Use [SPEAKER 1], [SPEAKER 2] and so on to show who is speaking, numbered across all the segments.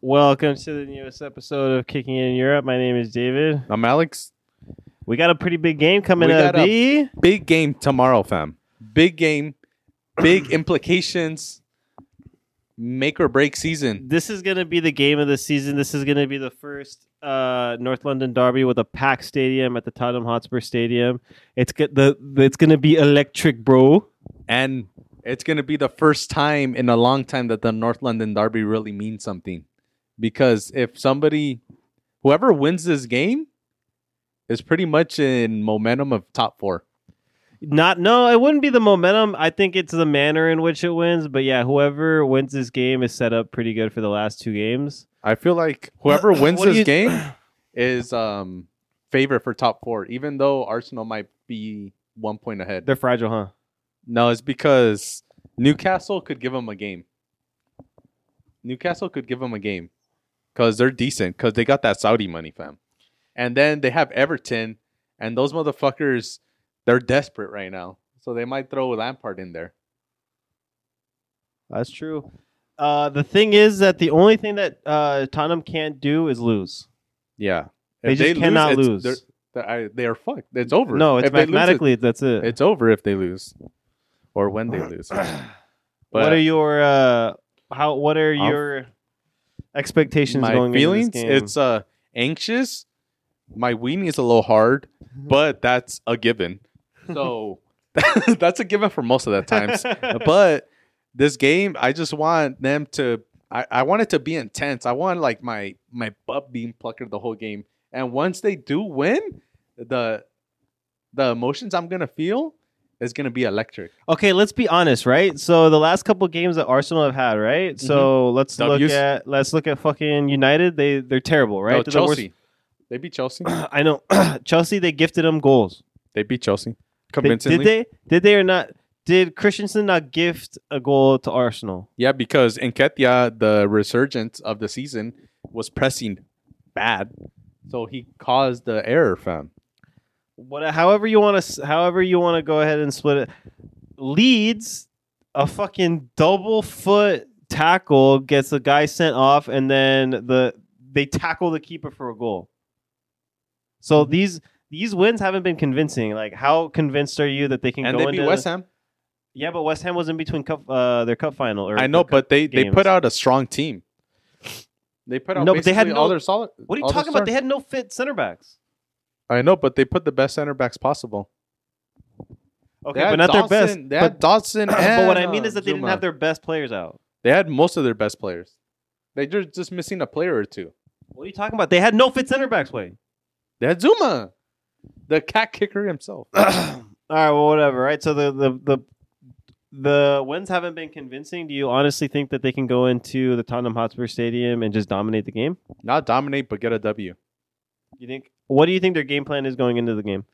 [SPEAKER 1] Welcome to the newest episode of Kicking It in Europe. My name is David.
[SPEAKER 2] I'm Alex.
[SPEAKER 1] We got a pretty big game coming
[SPEAKER 2] We
[SPEAKER 1] up.
[SPEAKER 2] got a-
[SPEAKER 1] B.
[SPEAKER 2] Big game tomorrow, fam. Big game, big implications. Make or break season.
[SPEAKER 1] This is going to be the game of the season. This is going to be the first uh, North London derby with a packed stadium at the Tottenham Hotspur Stadium. It's go- the it's going to be electric, bro.
[SPEAKER 2] And it's going to be the first time in a long time that the North London Derby really means something. Because if somebody, whoever wins this game, is pretty much in momentum of top four.
[SPEAKER 1] Not no, it wouldn't be the momentum. I think it's the manner in which it wins. But yeah, whoever wins this game is set up pretty good for the last two games.
[SPEAKER 2] I feel like whoever wins
[SPEAKER 1] What do
[SPEAKER 2] this
[SPEAKER 1] you-
[SPEAKER 2] game is um favorite for top four, even though Arsenal might be one point ahead.
[SPEAKER 1] They're fragile, huh?
[SPEAKER 2] No, it's because Newcastle could give them a game. Newcastle could give them a game because they're decent because they got that Saudi money, fam. And then they have Everton, and those motherfuckers, they're desperate right now. So they might throw Lampard in there.
[SPEAKER 1] That's true. Uh, the thing is that the only thing that uh, Tottenham can't do is lose.
[SPEAKER 2] Yeah.
[SPEAKER 1] They just cannot
[SPEAKER 2] it's-
[SPEAKER 1] lose.
[SPEAKER 2] They're, they're, I- they are fucked. It's over.
[SPEAKER 1] No, it's
[SPEAKER 2] If they lose,
[SPEAKER 1] mathematically that's it.
[SPEAKER 2] it- it's over if they lose or when they lose. But
[SPEAKER 1] what are your uh, how? What are
[SPEAKER 2] I'll-
[SPEAKER 1] your expectations
[SPEAKER 2] my
[SPEAKER 1] going
[SPEAKER 2] feelings
[SPEAKER 1] into this game?
[SPEAKER 2] it's uh anxious my weenie is a little hard but that's a given so that's a given for most of the times but this game i just want them to I, I want it to be intense i want like my my butt being plucked the whole game and once they do win the the emotions i'm gonna feel is gonna be electric
[SPEAKER 1] okay. Let's be honest, right? So the last couple games that Arsenal have had, right? So let's
[SPEAKER 2] Mm-hmm. Ws.
[SPEAKER 1] look at let's look at fucking United. They they're terrible, right?
[SPEAKER 2] right
[SPEAKER 1] They're the worst-
[SPEAKER 2] chelsea they beat chelsea
[SPEAKER 1] I know Chelsea. They gifted them goals.
[SPEAKER 2] they beat chelsea
[SPEAKER 1] They-
[SPEAKER 2] convincingly
[SPEAKER 1] did they? Did they or not? Did Christensen not gift a goal to Arsenal?
[SPEAKER 2] Yeah, because Enketia, the resurgence of the season, was pressing bad. So he caused the error, fam.
[SPEAKER 1] what however you want to however you want to go ahead and split it leads a fucking double foot tackle gets the guy sent off and then the they tackle the keeper for a goal
[SPEAKER 2] Mm-hmm.
[SPEAKER 1] so these these wins haven't been convincing like how convinced are you that they can
[SPEAKER 2] And
[SPEAKER 1] go
[SPEAKER 2] they beat
[SPEAKER 1] into
[SPEAKER 2] West Ham.
[SPEAKER 1] yeah but west ham was in between cup uh their cup final or
[SPEAKER 2] I know, but they, they
[SPEAKER 1] games.
[SPEAKER 2] put out a strong team. They put out
[SPEAKER 1] No, but they had
[SPEAKER 2] basically all
[SPEAKER 1] no-
[SPEAKER 2] their solid.
[SPEAKER 1] what are you
[SPEAKER 2] all their
[SPEAKER 1] talking about
[SPEAKER 2] stars.
[SPEAKER 1] they had no fit center backs
[SPEAKER 2] I know, but they put the best center backs possible.
[SPEAKER 1] okay
[SPEAKER 2] They
[SPEAKER 1] but
[SPEAKER 2] had
[SPEAKER 1] not their
[SPEAKER 2] Dawson-
[SPEAKER 1] best
[SPEAKER 2] They had
[SPEAKER 1] but,
[SPEAKER 2] Dodson.
[SPEAKER 1] but what i
[SPEAKER 2] and,
[SPEAKER 1] mean
[SPEAKER 2] uh,
[SPEAKER 1] is that they didn't
[SPEAKER 2] Zuma.
[SPEAKER 1] have their best players out
[SPEAKER 2] They had most of their best players. They are just missing a player or two.
[SPEAKER 1] what are you talking about they had no fit center backs way
[SPEAKER 2] They had Zuma, the cat kicker himself.
[SPEAKER 1] All right, well, whatever. Right. So the the the the wins haven't been convincing. Do you honestly think that they can go into the Tottenham Hotspur Stadium and just dominate the game?
[SPEAKER 2] Not dominate, but get a W.
[SPEAKER 1] You think? What do you think their game plan is going into the game?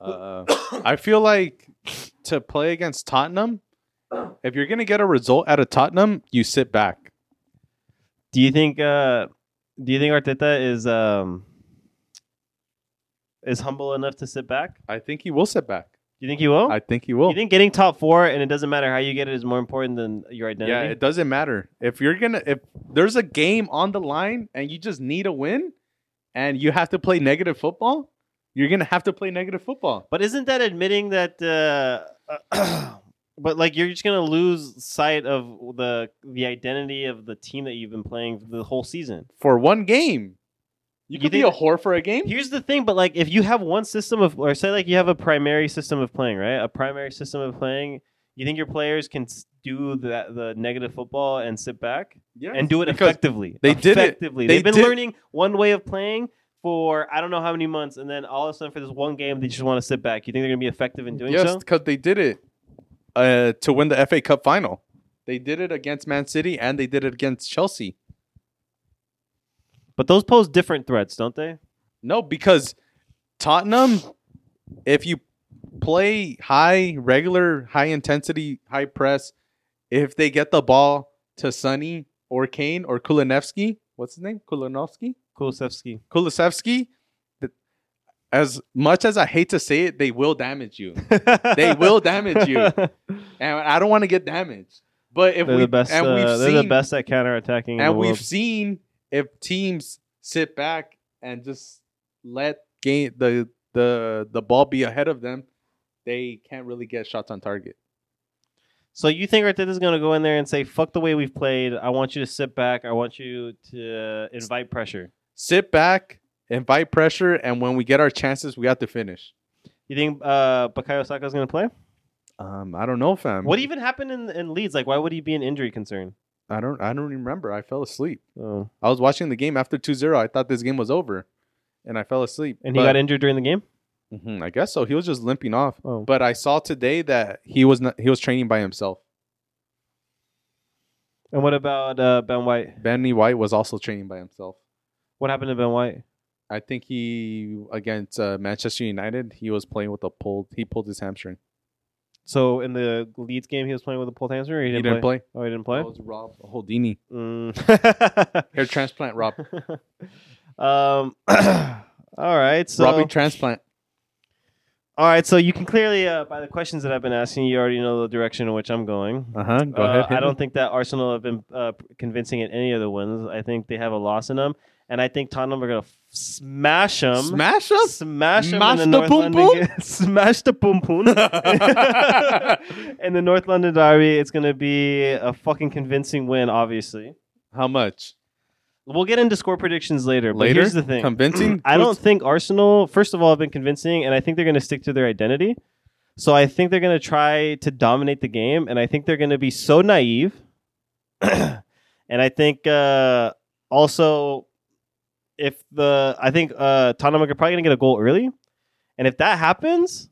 [SPEAKER 2] Uh, I feel like to play against Tottenham, if you're gonna get a result out of Tottenham, you sit back.
[SPEAKER 1] Do you think? Uh, do you think Arteta is um is humble enough to sit back?
[SPEAKER 2] I think he will sit back.
[SPEAKER 1] Do you think he will?
[SPEAKER 2] I think he will.
[SPEAKER 1] you think getting top four and it doesn't matter how you get it is more important than your identity?
[SPEAKER 2] yeah, it doesn't matter if you're gonna if there's a game on the line and you just need a win, and you have to play negative football. You're gonna have to play negative football.
[SPEAKER 1] But isn't that admitting that? Uh, but like you're just gonna lose sight of the the identity of the team that you've been playing the whole season.
[SPEAKER 2] For one game,
[SPEAKER 1] You
[SPEAKER 2] you could be
[SPEAKER 1] think-
[SPEAKER 2] a whore for a game.
[SPEAKER 1] Here's the thing, but like if you have one system of, or say like you have a primary system of playing, right? A primary system of playing. You think your players can s- do the the negative football and sit back
[SPEAKER 2] Yeah,
[SPEAKER 1] and do it
[SPEAKER 2] because
[SPEAKER 1] effectively?
[SPEAKER 2] they did it.
[SPEAKER 1] effectively.
[SPEAKER 2] They
[SPEAKER 1] They've been
[SPEAKER 2] did-
[SPEAKER 1] learning one way of playing for I don't know how many months, and then all of a sudden for this one game, they just want to sit back. You think they're gonna be effective in doing
[SPEAKER 2] Yes,
[SPEAKER 1] so?
[SPEAKER 2] because they did it uh, to win the FA Cup final. They did it against Man City and they did it against Chelsea.
[SPEAKER 1] But those pose different threats, don't they?
[SPEAKER 2] No, because Tottenham, if you play high, regular, high intensity, high press, if they get the ball to Sonny or Kane or Kulinevsky, what's his name? Kulinovsky?
[SPEAKER 1] Kulusevski.
[SPEAKER 2] Kulisevsky, th- as much as I hate to say it, they will damage you. they will damage you. and I don't want to get damaged. But if
[SPEAKER 1] they're
[SPEAKER 2] we
[SPEAKER 1] the best.
[SPEAKER 2] and
[SPEAKER 1] uh,
[SPEAKER 2] we've
[SPEAKER 1] they're
[SPEAKER 2] seen
[SPEAKER 1] the best at counterattacking. in
[SPEAKER 2] and
[SPEAKER 1] the
[SPEAKER 2] we've
[SPEAKER 1] world.
[SPEAKER 2] seen if teams sit back and just let game the the the ball be ahead of them, they can't really get shots on target.
[SPEAKER 1] So you think Arteta is going to go in there and say, "Fuck the way we've played. I want you to sit back. I want you to invite pressure."
[SPEAKER 2] Sit back, invite pressure, and when we get our chances, we have to finish.
[SPEAKER 1] You think uh, Bakayo Saka is going to play?
[SPEAKER 2] Um, I don't know, fam.
[SPEAKER 1] What even happened in, in Leeds? Like, why would he be an injury concern?
[SPEAKER 2] I don't. I don't remember. I fell asleep.
[SPEAKER 1] Oh.
[SPEAKER 2] I was watching the game after 2-0. I thought this game was over, and I fell asleep.
[SPEAKER 1] And he got injured during the game.
[SPEAKER 2] in. I guess so. He was just limping off.
[SPEAKER 1] Oh,
[SPEAKER 2] But I saw today that he was not, he was training by himself.
[SPEAKER 1] and what about uh, Ben White?
[SPEAKER 2] Benny White was also training by himself.
[SPEAKER 1] What happened to Ben White?
[SPEAKER 2] I think he against uh, Manchester United, he was playing with a pulled. He pulled his hamstring.
[SPEAKER 1] So in the Leeds game, he was playing with a pulled hamstring. Or he,
[SPEAKER 2] He
[SPEAKER 1] didn't,
[SPEAKER 2] didn't play.
[SPEAKER 1] Oh, he didn't play.
[SPEAKER 2] That was Rob Holdini.
[SPEAKER 1] Mm.
[SPEAKER 2] Hair transplant, Rob.
[SPEAKER 1] um. all right. So
[SPEAKER 2] Robbie transplant.
[SPEAKER 1] all right. So you can clearly, uh, by the questions that I've been asking, you already know the direction in which I'm going.
[SPEAKER 2] Uh huh. Go
[SPEAKER 1] Uh,
[SPEAKER 2] ahead.
[SPEAKER 1] I
[SPEAKER 2] Henry.
[SPEAKER 1] don't think that Arsenal have been uh, convincing in any of the wins. I think they have a loss in them, and I think Tottenham are gonna f- smash them.
[SPEAKER 2] smash us.
[SPEAKER 1] Smash them
[SPEAKER 2] Smash
[SPEAKER 1] in the,
[SPEAKER 2] the
[SPEAKER 1] North
[SPEAKER 2] poom
[SPEAKER 1] London
[SPEAKER 2] poom?
[SPEAKER 1] ga- Smash the poom poom. in the North London derby, it's going to be a fucking convincing win, obviously.
[SPEAKER 2] How much?
[SPEAKER 1] We'll get into score predictions later, but
[SPEAKER 2] Later?
[SPEAKER 1] here's the thing.
[SPEAKER 2] Convincing?
[SPEAKER 1] I don't think Arsenal, first of all, have been convincing, and I think they're going to stick to their identity. So I think they're going to try to dominate the game, and I think they're going to be so naive. and I think uh, also, if the I think uh, Tottenham are probably going to get a goal early, and if that happens,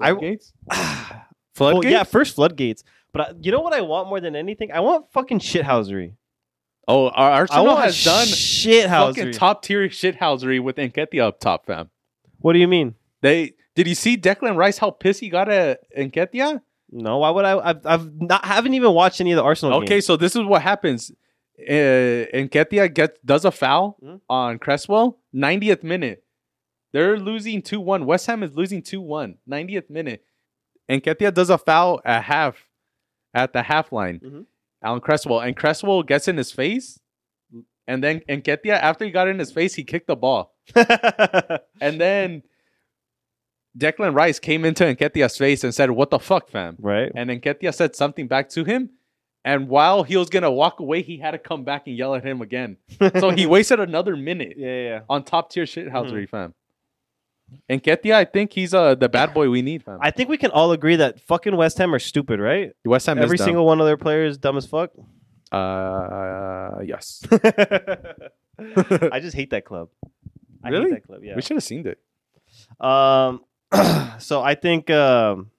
[SPEAKER 1] I-
[SPEAKER 2] Floodgates?
[SPEAKER 1] well,
[SPEAKER 2] Floodgates?
[SPEAKER 1] yeah, first floodgates. But I, you know what I want more than anything? I want fucking shithousery.
[SPEAKER 2] Oh, our
[SPEAKER 1] I
[SPEAKER 2] Arsenal
[SPEAKER 1] want
[SPEAKER 2] has done fucking
[SPEAKER 1] shithousery.
[SPEAKER 2] top tier shithousery with Enketia up top, fam.
[SPEAKER 1] what do you mean?
[SPEAKER 2] They did you see Declan Rice how pissed he got at Enketia?
[SPEAKER 1] No, why would I? I've, I've not haven't even watched any of the Arsenal
[SPEAKER 2] Okay, so this is what happens. Uh, Enketia gets does a foul
[SPEAKER 1] Mhm.
[SPEAKER 2] on Cresswell, 90th minute. They're losing 2 1. West Ham is losing 2 1, 90th minute. Enketia does a foul at half, at the half line
[SPEAKER 1] Mhm.
[SPEAKER 2] on Cresswell, and Cresswell gets in his face. And then Enketia, after he got in his face, he kicked the ball.
[SPEAKER 1] games.
[SPEAKER 2] And then Declan Rice came into Enketia's face and said, What the fuck, fam?
[SPEAKER 1] right?
[SPEAKER 2] And Enketia said something back to him. And while he was going to walk away, he had to come back and yell at him again. so he wasted another minute
[SPEAKER 1] Yeah, Hmm. yeah.
[SPEAKER 2] on top tier shithousery, fam. Enketia, I think he's uh, the bad boy we need, fam.
[SPEAKER 1] I think we can all agree that fucking West Ham are stupid, right?
[SPEAKER 2] West Ham
[SPEAKER 1] Every
[SPEAKER 2] is dumb.
[SPEAKER 1] single one of their players is dumb as fuck.
[SPEAKER 2] Uh, yes.
[SPEAKER 1] I just hate that club. I
[SPEAKER 2] Really?
[SPEAKER 1] hate that club. Yeah.
[SPEAKER 2] We should have seen it.
[SPEAKER 1] Um, so I think, um,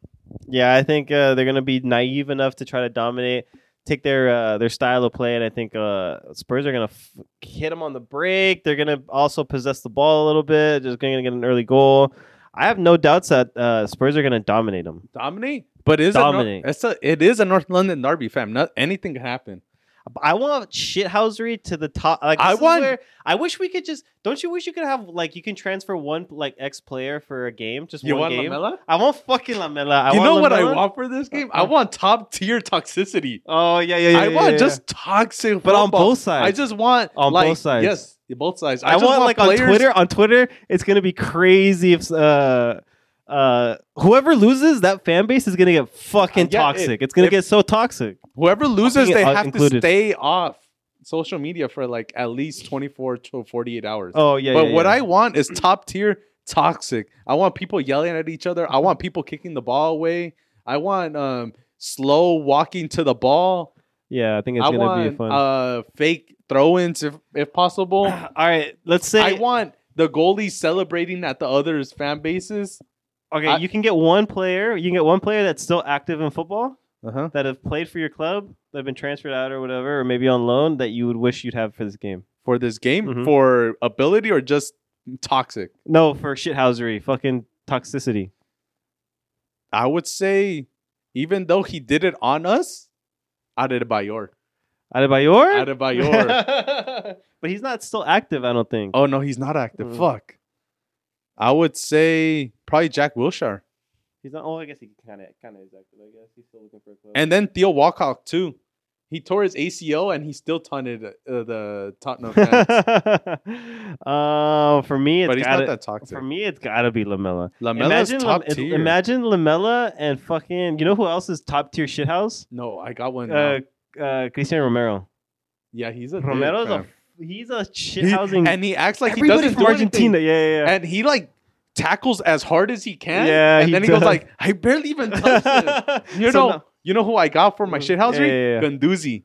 [SPEAKER 1] yeah, I think uh, they're gonna be naive enough to try to dominate, take their uh, their style of play, and I think uh, Spurs are gonna f- hit them on the break. They're gonna also possess the ball a little bit. Just gonna get an early goal. I have no doubts that uh, Spurs are gonna dominate them.
[SPEAKER 2] Dominate? But it is, a Nor-
[SPEAKER 1] Dominate.
[SPEAKER 2] it's a, it is a North London derby, fam. Not, anything can happen.
[SPEAKER 1] I want shithousery to the top. Like
[SPEAKER 2] I
[SPEAKER 1] this is
[SPEAKER 2] want-
[SPEAKER 1] where- I wish we could just. Don't you wish you could have like you can transfer one like ex player for a game, just
[SPEAKER 2] You
[SPEAKER 1] one
[SPEAKER 2] want
[SPEAKER 1] game.
[SPEAKER 2] Lamella?
[SPEAKER 1] I want fucking Lamela. I
[SPEAKER 2] you
[SPEAKER 1] want
[SPEAKER 2] know what I
[SPEAKER 1] Lamela. Uh-huh.
[SPEAKER 2] want for this game? I want top tier toxicity.
[SPEAKER 1] Oh yeah, yeah, yeah.
[SPEAKER 2] I
[SPEAKER 1] yeah,
[SPEAKER 2] want
[SPEAKER 1] yeah, yeah.
[SPEAKER 2] just toxic,
[SPEAKER 1] but on
[SPEAKER 2] football.
[SPEAKER 1] both
[SPEAKER 2] I
[SPEAKER 1] sides.
[SPEAKER 2] just want
[SPEAKER 1] On
[SPEAKER 2] like,
[SPEAKER 1] both sides.
[SPEAKER 2] Yes, yeah, both sides.
[SPEAKER 1] I,
[SPEAKER 2] just
[SPEAKER 1] want, like on
[SPEAKER 2] players-
[SPEAKER 1] Twitter. On Twitter, it's gonna be crazy if uh, uh, whoever loses that fan base is gonna get fucking
[SPEAKER 2] Uh, yeah,
[SPEAKER 1] toxic.
[SPEAKER 2] if-
[SPEAKER 1] it's gonna
[SPEAKER 2] if-
[SPEAKER 1] get so toxic.
[SPEAKER 2] Whoever loses,
[SPEAKER 1] Being,
[SPEAKER 2] they
[SPEAKER 1] uh,
[SPEAKER 2] have to
[SPEAKER 1] included.
[SPEAKER 2] stay off social media for like at least twenty four to forty eight hours.
[SPEAKER 1] Oh yeah.
[SPEAKER 2] but
[SPEAKER 1] yeah,
[SPEAKER 2] what
[SPEAKER 1] yeah.
[SPEAKER 2] I want is top tier toxic. I want people yelling at each other. I want people kicking the ball away. I want um slow walking to the ball.
[SPEAKER 1] yeah, I think it's
[SPEAKER 2] I
[SPEAKER 1] gonna be
[SPEAKER 2] want
[SPEAKER 1] fun.
[SPEAKER 2] uh fake throw ins if if possible.
[SPEAKER 1] All right, let's say.
[SPEAKER 2] uh, I want the goalies celebrating at the others' fan bases.
[SPEAKER 1] okay,
[SPEAKER 2] I-
[SPEAKER 1] you can get one player. You can get one player that's still active in football
[SPEAKER 2] Uh-huh.
[SPEAKER 1] that have played for your club that have been transferred out or whatever, or maybe on loan that you would wish you'd have for this game.
[SPEAKER 2] For this game,
[SPEAKER 1] Mhm.
[SPEAKER 2] for ability or just toxic?
[SPEAKER 1] No, for shithousery, fucking toxicity.
[SPEAKER 2] I would say, even though he did it on us, Adebayor.
[SPEAKER 1] Adebayor.
[SPEAKER 2] Adebayor.
[SPEAKER 1] but he's not still active, I don't think.
[SPEAKER 2] oh, no, he's not active.
[SPEAKER 1] Mm.
[SPEAKER 2] Fuck. I would say probably Jack Wilshire.
[SPEAKER 1] He's not. Oh, I guess he kind of kind of is active. I guess he's still looking for a club.
[SPEAKER 2] And then Theo Walcott, too. He tore his ACL and he still taunted uh, the Tottenham fans.
[SPEAKER 1] uh, for me, it's
[SPEAKER 2] but he's
[SPEAKER 1] gotta,
[SPEAKER 2] not that toxic.
[SPEAKER 1] for me, it's gotta be Lamella.
[SPEAKER 2] Lamella's
[SPEAKER 1] Lam-
[SPEAKER 2] top tier.
[SPEAKER 1] imagine Lamella and fucking. You know who else is top tier shithouse?
[SPEAKER 2] no, I got one. now.
[SPEAKER 1] Uh, uh, Cristian Romero.
[SPEAKER 2] yeah, he's a dick,
[SPEAKER 1] Romero's
[SPEAKER 2] fam.
[SPEAKER 1] a he's a
[SPEAKER 2] He-
[SPEAKER 1] shithousing.
[SPEAKER 2] and he acts like
[SPEAKER 1] everybody
[SPEAKER 2] he doesn't
[SPEAKER 1] from
[SPEAKER 2] do
[SPEAKER 1] Argentina. Yeah,
[SPEAKER 2] anything.
[SPEAKER 1] yeah,
[SPEAKER 2] and he like tackles as hard as he can.
[SPEAKER 1] Yeah,
[SPEAKER 2] and
[SPEAKER 1] he
[SPEAKER 2] then he
[SPEAKER 1] does.
[SPEAKER 2] goes like, I barely even touched him.
[SPEAKER 1] yeah.
[SPEAKER 2] You
[SPEAKER 1] So
[SPEAKER 2] know,
[SPEAKER 1] now-
[SPEAKER 2] you know who I got for my
[SPEAKER 1] Mm.
[SPEAKER 2] shithousery?
[SPEAKER 1] Yeah, yeah, yeah.
[SPEAKER 2] Ganduzi.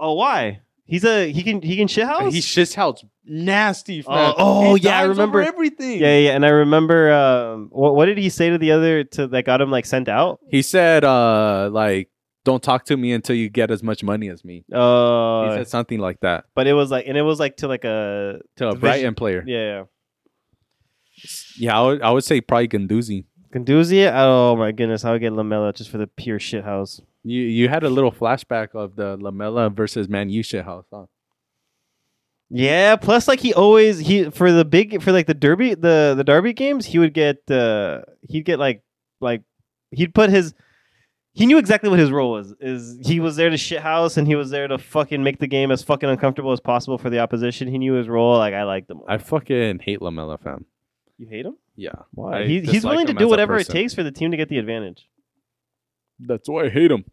[SPEAKER 1] oh, why? He's a he can he can shithouse.
[SPEAKER 2] He shithouse nasty. fam.
[SPEAKER 1] Oh, oh,
[SPEAKER 2] He
[SPEAKER 1] yeah, I
[SPEAKER 2] dives over
[SPEAKER 1] remember.
[SPEAKER 2] everything.
[SPEAKER 1] Yeah, yeah, and I remember um, what what did he say to the other to that got him like sent out?
[SPEAKER 2] He said, uh, like, don't talk to me until you get as much money as me.
[SPEAKER 1] Uh,
[SPEAKER 2] he said something like that
[SPEAKER 1] but it was like, and it was like to like a
[SPEAKER 2] to a
[SPEAKER 1] Division-
[SPEAKER 2] Brighton player. Yeah,
[SPEAKER 1] yeah.
[SPEAKER 2] I, would, I would say probably Ganduzi.
[SPEAKER 1] Ganduzi, oh my goodness, I would get Lamella just for the pure shit house.
[SPEAKER 2] You you had a little flashback of the Lamella versus Man U shithouse. Huh?
[SPEAKER 1] Yeah, plus like he always he for the big for like the derby the the derby games he would get uh he'd get like like he'd put his he knew exactly what his role was is he was there to shit house and he was there to fucking make the game as fucking uncomfortable as possible for the opposition. He knew his role. Like I liked him.
[SPEAKER 2] I fucking hate Lamella, fam.
[SPEAKER 1] you hate him?
[SPEAKER 2] Yeah.
[SPEAKER 1] Why?
[SPEAKER 2] I
[SPEAKER 1] He, he's
[SPEAKER 2] dislike
[SPEAKER 1] willing to
[SPEAKER 2] him
[SPEAKER 1] do
[SPEAKER 2] as a
[SPEAKER 1] whatever it
[SPEAKER 2] person.
[SPEAKER 1] takes for the team to get the advantage.
[SPEAKER 2] That's why I hate him.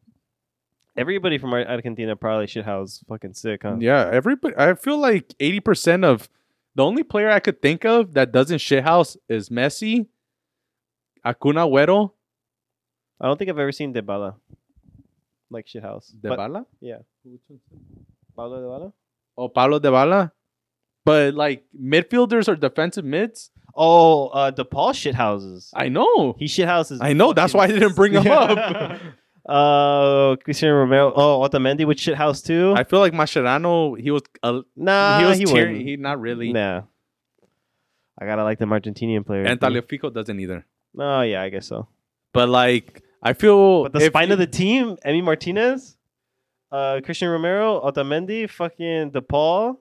[SPEAKER 1] Everybody from Ar- Argentina probably shit house fucking sick, huh?
[SPEAKER 2] Yeah, everybody. I feel like eighty percent of the only player I could think of that doesn't shithouse is Messi, Acuna Agüero,
[SPEAKER 1] I don't think I've ever seen Debala. Like shit house. But-
[SPEAKER 2] Dybala.
[SPEAKER 1] yeah. Paulo Dybala?
[SPEAKER 2] Oh, Pablo Dybala. But like midfielders or defensive mids,
[SPEAKER 1] Oh, uh, DePaul shithouses.
[SPEAKER 2] I know,
[SPEAKER 1] He shithouses.
[SPEAKER 2] I know. That's why I didn't bring him up.
[SPEAKER 1] Oh, Cristiano Romero. Oh, Otamendi would shithouse too.
[SPEAKER 2] I feel like Mascherano, he was, uh,
[SPEAKER 1] nah,
[SPEAKER 2] he was
[SPEAKER 1] he
[SPEAKER 2] tearing.
[SPEAKER 1] wouldn't.
[SPEAKER 2] He not really.
[SPEAKER 1] Nah. I gotta like them Argentinian players.
[SPEAKER 2] And
[SPEAKER 1] dude.
[SPEAKER 2] Taliafico doesn't either.
[SPEAKER 1] Oh yeah, I guess so.
[SPEAKER 2] But like, I feel
[SPEAKER 1] But the
[SPEAKER 2] if
[SPEAKER 1] spine
[SPEAKER 2] you-
[SPEAKER 1] of the team: Emi Martinez, uh, Christian Romero, Otamendi, fucking DePaul.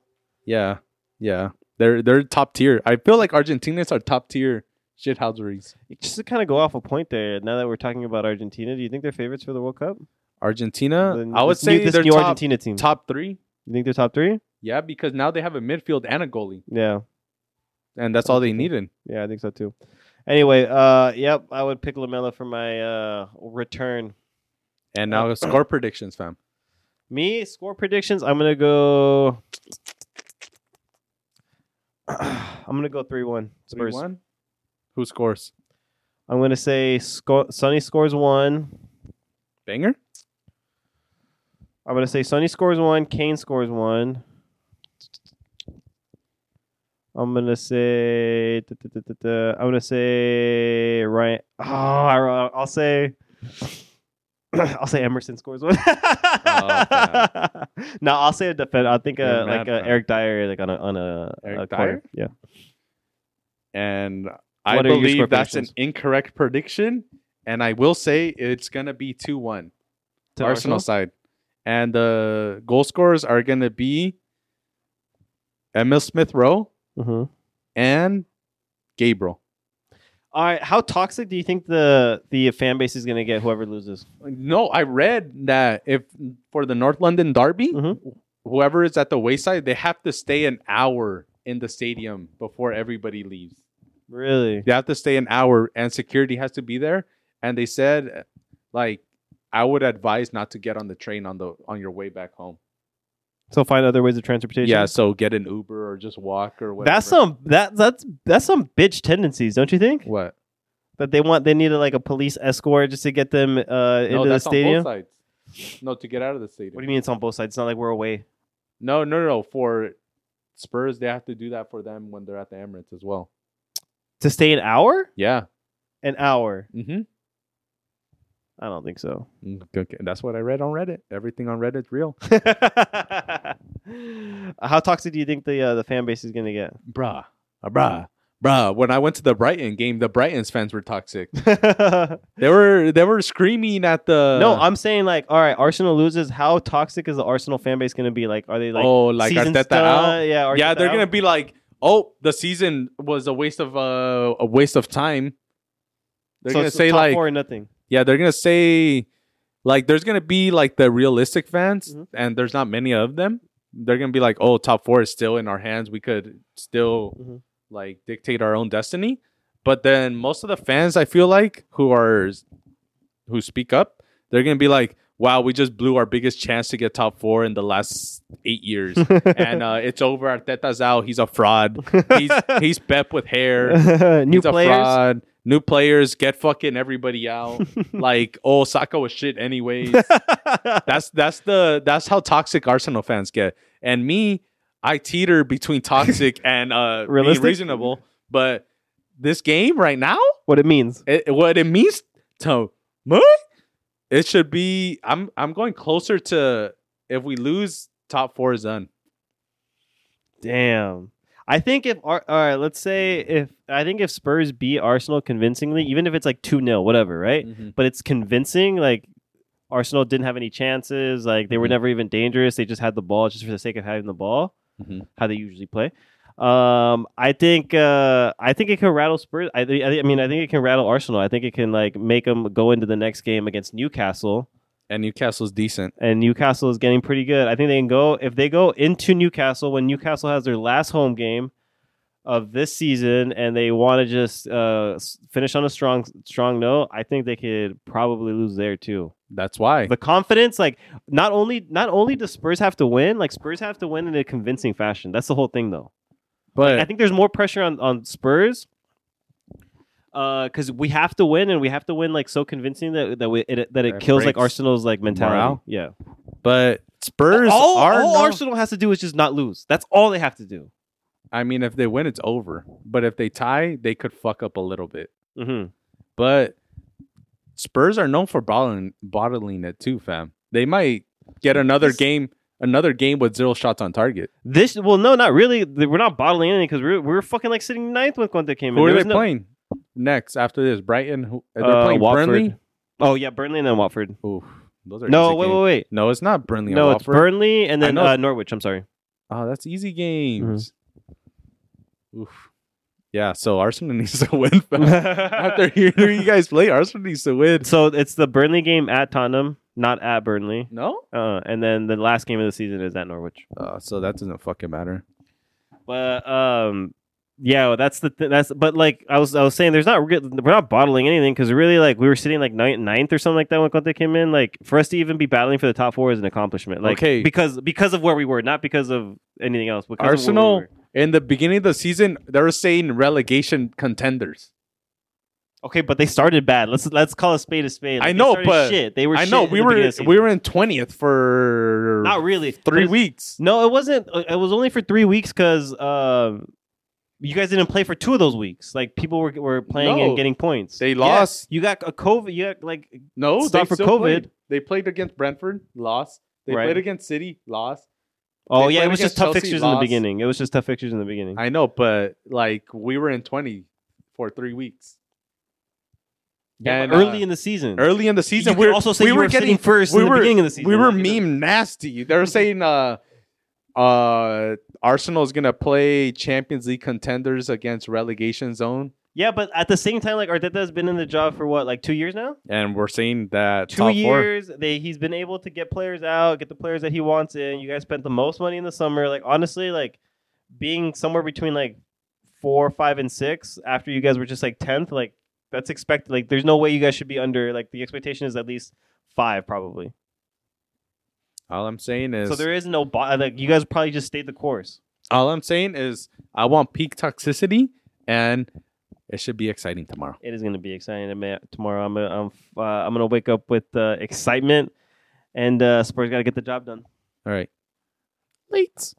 [SPEAKER 2] Yeah, yeah. They're they're top tier. I feel like Argentinians are top tier shithouseries.
[SPEAKER 1] Just to kind of go off a point there. Now that we're talking about Argentina, do you think they're favorites for the World Cup?
[SPEAKER 2] Argentina,
[SPEAKER 1] The-
[SPEAKER 2] Uh, I would
[SPEAKER 1] this new-
[SPEAKER 2] say
[SPEAKER 1] this
[SPEAKER 2] they're
[SPEAKER 1] new
[SPEAKER 2] top,
[SPEAKER 1] Argentina team.
[SPEAKER 2] top three.
[SPEAKER 1] You think they're top three?
[SPEAKER 2] Yeah, because now they have a midfield and a goalie,
[SPEAKER 1] Yeah.
[SPEAKER 2] and that's all they needed.
[SPEAKER 1] Yeah, I think so too. Anyway, uh, yep, I would pick Lamella for my uh return.
[SPEAKER 2] And now score predictions, fam.
[SPEAKER 1] Me score predictions. I'm gonna go. I'm gonna go three one
[SPEAKER 2] Three
[SPEAKER 1] Spurs.
[SPEAKER 2] one. Who scores?
[SPEAKER 1] I'm gonna say sco- Sonny scores one.
[SPEAKER 2] Banger.
[SPEAKER 1] I'm gonna say Sonny scores one. Kane scores one. I'm gonna say. duh, duh, duh, duh, duh. I'm gonna say Ryan. Oh, I- I'll say. I'll say Emerson scores one.
[SPEAKER 2] man.
[SPEAKER 1] no, I'll say a defender. I think
[SPEAKER 2] Oh, You're
[SPEAKER 1] uh, like
[SPEAKER 2] mad,
[SPEAKER 1] uh,
[SPEAKER 2] fam.
[SPEAKER 1] Eric Dyer, like on a on a,
[SPEAKER 2] Eric
[SPEAKER 1] a corner.
[SPEAKER 2] Dyer?
[SPEAKER 1] Yeah.
[SPEAKER 2] And I
[SPEAKER 1] What are your score
[SPEAKER 2] believe that's an
[SPEAKER 1] predictions?
[SPEAKER 2] incorrect prediction. And I will say it's gonna be two one.
[SPEAKER 1] To
[SPEAKER 2] Arsenal, side. And the goal scorers are going to be Emil Smith Rowe
[SPEAKER 1] Mhm.
[SPEAKER 2] and Gabriel.
[SPEAKER 1] All right. How toxic do you think the the fan base is gonna get? Whoever loses.
[SPEAKER 2] No, I read that if for the North London Derby,
[SPEAKER 1] Mhm.
[SPEAKER 2] whoever is at the wayside, they have to stay an hour in the stadium before everybody leaves.
[SPEAKER 1] Really?
[SPEAKER 2] They have to stay an hour and security has to be there. And they said, like, I would advise not to get on the train on the on your way back home.
[SPEAKER 1] So find other ways of transportation.
[SPEAKER 2] Yeah, so get an Uber or just walk or whatever.
[SPEAKER 1] That's some that that's that's some bitch tendencies, don't you think?
[SPEAKER 2] what
[SPEAKER 1] That they want they need like a police escort just to get them uh, into the
[SPEAKER 2] On
[SPEAKER 1] stadium.
[SPEAKER 2] both sides. No, to get out of the stadium.
[SPEAKER 1] What do you mean it's on both sides? It's not like we're away.
[SPEAKER 2] No, no, no. For Spurs, they have to do that for them when they're at the Emirates as well.
[SPEAKER 1] To stay an hour?
[SPEAKER 2] Yeah.
[SPEAKER 1] An hour.
[SPEAKER 2] Mm-hmm.
[SPEAKER 1] I don't think so.
[SPEAKER 2] Okay. That's what I read on Reddit. Everything on Reddit's real.
[SPEAKER 1] How toxic do you think the uh, the fan base is gonna get?
[SPEAKER 2] Bruh. Uh, Bruh. Bruh. When I went to the Brighton game, the Brighton's fans were toxic. They were they were screaming at the
[SPEAKER 1] no, I'm saying like, all right, Arsenal loses. How toxic is the Arsenal fan base gonna be? Like, are they like,
[SPEAKER 2] oh like
[SPEAKER 1] season's
[SPEAKER 2] Arteta
[SPEAKER 1] done?
[SPEAKER 2] out.
[SPEAKER 1] Yeah,
[SPEAKER 2] yeah,
[SPEAKER 1] Arteta
[SPEAKER 2] they're gonna
[SPEAKER 1] out?
[SPEAKER 2] be like, oh, the season was a waste of uh, a waste of time. They're
[SPEAKER 1] So
[SPEAKER 2] gonna
[SPEAKER 1] it's
[SPEAKER 2] say
[SPEAKER 1] top
[SPEAKER 2] like,
[SPEAKER 1] four or nothing.
[SPEAKER 2] Yeah, they're gonna say Like there's gonna be like the realistic fans,
[SPEAKER 1] Mhm.
[SPEAKER 2] and there's not many of them. They're gonna be like, oh, top four is still in our hands. We could still
[SPEAKER 1] Mhm.
[SPEAKER 2] like dictate our own destiny. But then most of the fans, I feel like, who are who speak up, they're gonna be like, wow, we just blew our biggest chance to get top four in the last eight years, and uh, it's over. Arteta's out. He's a fraud. He's he's Pep with hair.
[SPEAKER 1] new
[SPEAKER 2] He's a
[SPEAKER 1] players.
[SPEAKER 2] fraud. New players get fucking everybody out. like, oh, Saka was shit anyways. that's that's the that's how toxic Arsenal fans get. And me, I teeter between toxic and uh be
[SPEAKER 1] Realistic?
[SPEAKER 2] reasonable. But this game right now,
[SPEAKER 1] what it means.
[SPEAKER 2] it, what it means to me, it should be. I'm I'm going closer to if we lose, top four is done.
[SPEAKER 1] Damn. I think if Ar- all right, let's say if I think if Spurs beat Arsenal convincingly, even if it's like 2-0, whatever, right?
[SPEAKER 2] Mm.
[SPEAKER 1] But it's convincing like Arsenal didn't have any chances, like they were
[SPEAKER 2] Mhm.
[SPEAKER 1] never even dangerous. They just had the ball just for the sake of having the ball,
[SPEAKER 2] Mhm.
[SPEAKER 1] how they usually play. Um, I think uh, I think it can rattle Spurs. I, thi- I, thi- I mean, I think it can rattle Arsenal. I think it can like make them go into the next game against Newcastle
[SPEAKER 2] And Newcastle's decent.
[SPEAKER 1] and Newcastle is getting pretty good. I think they can go if they go into Newcastle when Newcastle has their last home game of this season, and they want to just uh, s- finish on a strong strong note. I think they could probably lose there too.
[SPEAKER 2] That's why.
[SPEAKER 1] The confidence, like not only not only does Spurs have to win, like Spurs have to win in a convincing fashion. That's the whole thing, though. I
[SPEAKER 2] But
[SPEAKER 1] think there's more pressure on on Spurs because we have to win, and we have to win like so convincing that that we, it that it
[SPEAKER 2] That
[SPEAKER 1] kills like
[SPEAKER 2] breaks
[SPEAKER 1] Arsenal's like mentality.
[SPEAKER 2] morale.
[SPEAKER 1] Yeah.
[SPEAKER 2] but Spurs
[SPEAKER 1] all,
[SPEAKER 2] are
[SPEAKER 1] all
[SPEAKER 2] no-
[SPEAKER 1] Arsenal has to do is just not lose. That's all they have to do.
[SPEAKER 2] I mean, if they win, it's over. But if they tie, they could fuck up a little bit.
[SPEAKER 1] Mm-hmm.
[SPEAKER 2] But Spurs are known for bottling, bottling it too, fam. They might get another
[SPEAKER 1] This-
[SPEAKER 2] game, another game with zero shots on target.
[SPEAKER 1] This well, no, not really. Th- We're not bottling anything because we're we're fucking like sitting ninth when Conte came in.
[SPEAKER 2] Who
[SPEAKER 1] There
[SPEAKER 2] are they
[SPEAKER 1] was no-
[SPEAKER 2] playing next after this? Brighton. Who, they're
[SPEAKER 1] Uh,
[SPEAKER 2] playing
[SPEAKER 1] Watford.
[SPEAKER 2] Burnley.
[SPEAKER 1] Oh yeah, Burnley and then Watford.
[SPEAKER 2] Oof, those are
[SPEAKER 1] No,
[SPEAKER 2] easy
[SPEAKER 1] wait,
[SPEAKER 2] games.
[SPEAKER 1] wait, wait.
[SPEAKER 2] No, it's not Burnley.
[SPEAKER 1] No,
[SPEAKER 2] and
[SPEAKER 1] it's
[SPEAKER 2] Watford.
[SPEAKER 1] Burnley and
[SPEAKER 2] I
[SPEAKER 1] then
[SPEAKER 2] know.
[SPEAKER 1] uh, Norwich. I'm sorry.
[SPEAKER 2] Oh, that's easy games.
[SPEAKER 1] Mm-hmm.
[SPEAKER 2] Oof. Yeah, so Arsenal needs to win. fam. after hearing you guys play, Arsenal needs to win.
[SPEAKER 1] so it's the Burnley game at Tottenham, not at Burnley.
[SPEAKER 2] No.
[SPEAKER 1] Uh, and then the last game of the season is at Norwich.
[SPEAKER 2] Uh, so that doesn't fucking matter.
[SPEAKER 1] But um, yeah, well, that's the th- that's. But like I was I was saying, there's not re- we're not bottling anything because really like we were sitting like ninth, ninth or something like that when Conte came in. Like for us to even be battling for the top four is an accomplishment. Like
[SPEAKER 2] Okay.
[SPEAKER 1] because because of where we were, not because of anything else. Because of where we
[SPEAKER 2] Arsenal-
[SPEAKER 1] were.
[SPEAKER 2] In the beginning of the season, they were saying relegation contenders.
[SPEAKER 1] Okay, but they started bad. Let's let's call a spade a spade. Like,
[SPEAKER 2] I
[SPEAKER 1] they
[SPEAKER 2] know,
[SPEAKER 1] started
[SPEAKER 2] but
[SPEAKER 1] shit. They were.
[SPEAKER 2] I
[SPEAKER 1] shit
[SPEAKER 2] know
[SPEAKER 1] in
[SPEAKER 2] we
[SPEAKER 1] the beginning
[SPEAKER 2] were
[SPEAKER 1] of the
[SPEAKER 2] we
[SPEAKER 1] season.
[SPEAKER 2] were in twentieth for
[SPEAKER 1] not really But
[SPEAKER 2] three
[SPEAKER 1] it's-
[SPEAKER 2] weeks.
[SPEAKER 1] No, it wasn't. uh, It was only for three weeks because um, you guys didn't play for two of those weeks. Like people were were playing
[SPEAKER 2] No.
[SPEAKER 1] and getting points.
[SPEAKER 2] They lost.
[SPEAKER 1] You got a COVID. You got like
[SPEAKER 2] No,
[SPEAKER 1] Stop
[SPEAKER 2] they
[SPEAKER 1] for
[SPEAKER 2] still
[SPEAKER 1] COVID.
[SPEAKER 2] Played. They played against Brentford, lost. They
[SPEAKER 1] Right.
[SPEAKER 2] played against City, lost.
[SPEAKER 1] Oh
[SPEAKER 2] They
[SPEAKER 1] yeah, it
[SPEAKER 2] played
[SPEAKER 1] was just
[SPEAKER 2] against
[SPEAKER 1] tough
[SPEAKER 2] Chelsea,
[SPEAKER 1] fixtures in
[SPEAKER 2] lost.
[SPEAKER 1] the beginning. It was just tough fixtures in the beginning.
[SPEAKER 2] I know, but like we were in twenty for three weeks.
[SPEAKER 1] yeah,
[SPEAKER 2] and,
[SPEAKER 1] but early
[SPEAKER 2] uh,
[SPEAKER 1] in the season.
[SPEAKER 2] Early in the season,
[SPEAKER 1] you
[SPEAKER 2] we
[SPEAKER 1] could
[SPEAKER 2] were
[SPEAKER 1] also say
[SPEAKER 2] we
[SPEAKER 1] you
[SPEAKER 2] were
[SPEAKER 1] were
[SPEAKER 2] getting
[SPEAKER 1] sitting first
[SPEAKER 2] we
[SPEAKER 1] in
[SPEAKER 2] were-
[SPEAKER 1] the beginning of the season.
[SPEAKER 2] we were
[SPEAKER 1] Like, it
[SPEAKER 2] meme nasty. They were saying uh uh Arsenal's gonna play Champions League contenders against relegation zone.
[SPEAKER 1] doesn't- Yeah, but at the same time, like Arteta has been in the job for what, like two years now?
[SPEAKER 2] And we're saying that
[SPEAKER 1] Two
[SPEAKER 2] top four
[SPEAKER 1] years. They he's been able to get players out, get the players that he wants in. You guys spent the most money in the summer. Like honestly, like being somewhere between like four, five, and six after you guys were just like tenth, like that's expected. Like there's no way you guys should be under like the expectation is at least five probably.
[SPEAKER 2] all I'm saying is
[SPEAKER 1] So there is no bo- like you guys probably just stayed the course.
[SPEAKER 2] all I'm saying is I want peak toxicity and it should be exciting tomorrow.
[SPEAKER 1] It is going to be exciting to me- tomorrow. I'm gonna, I'm f- uh, I'm going to wake up with uh, excitement, and uh, Spurs got to get the job done.
[SPEAKER 2] All right. Late.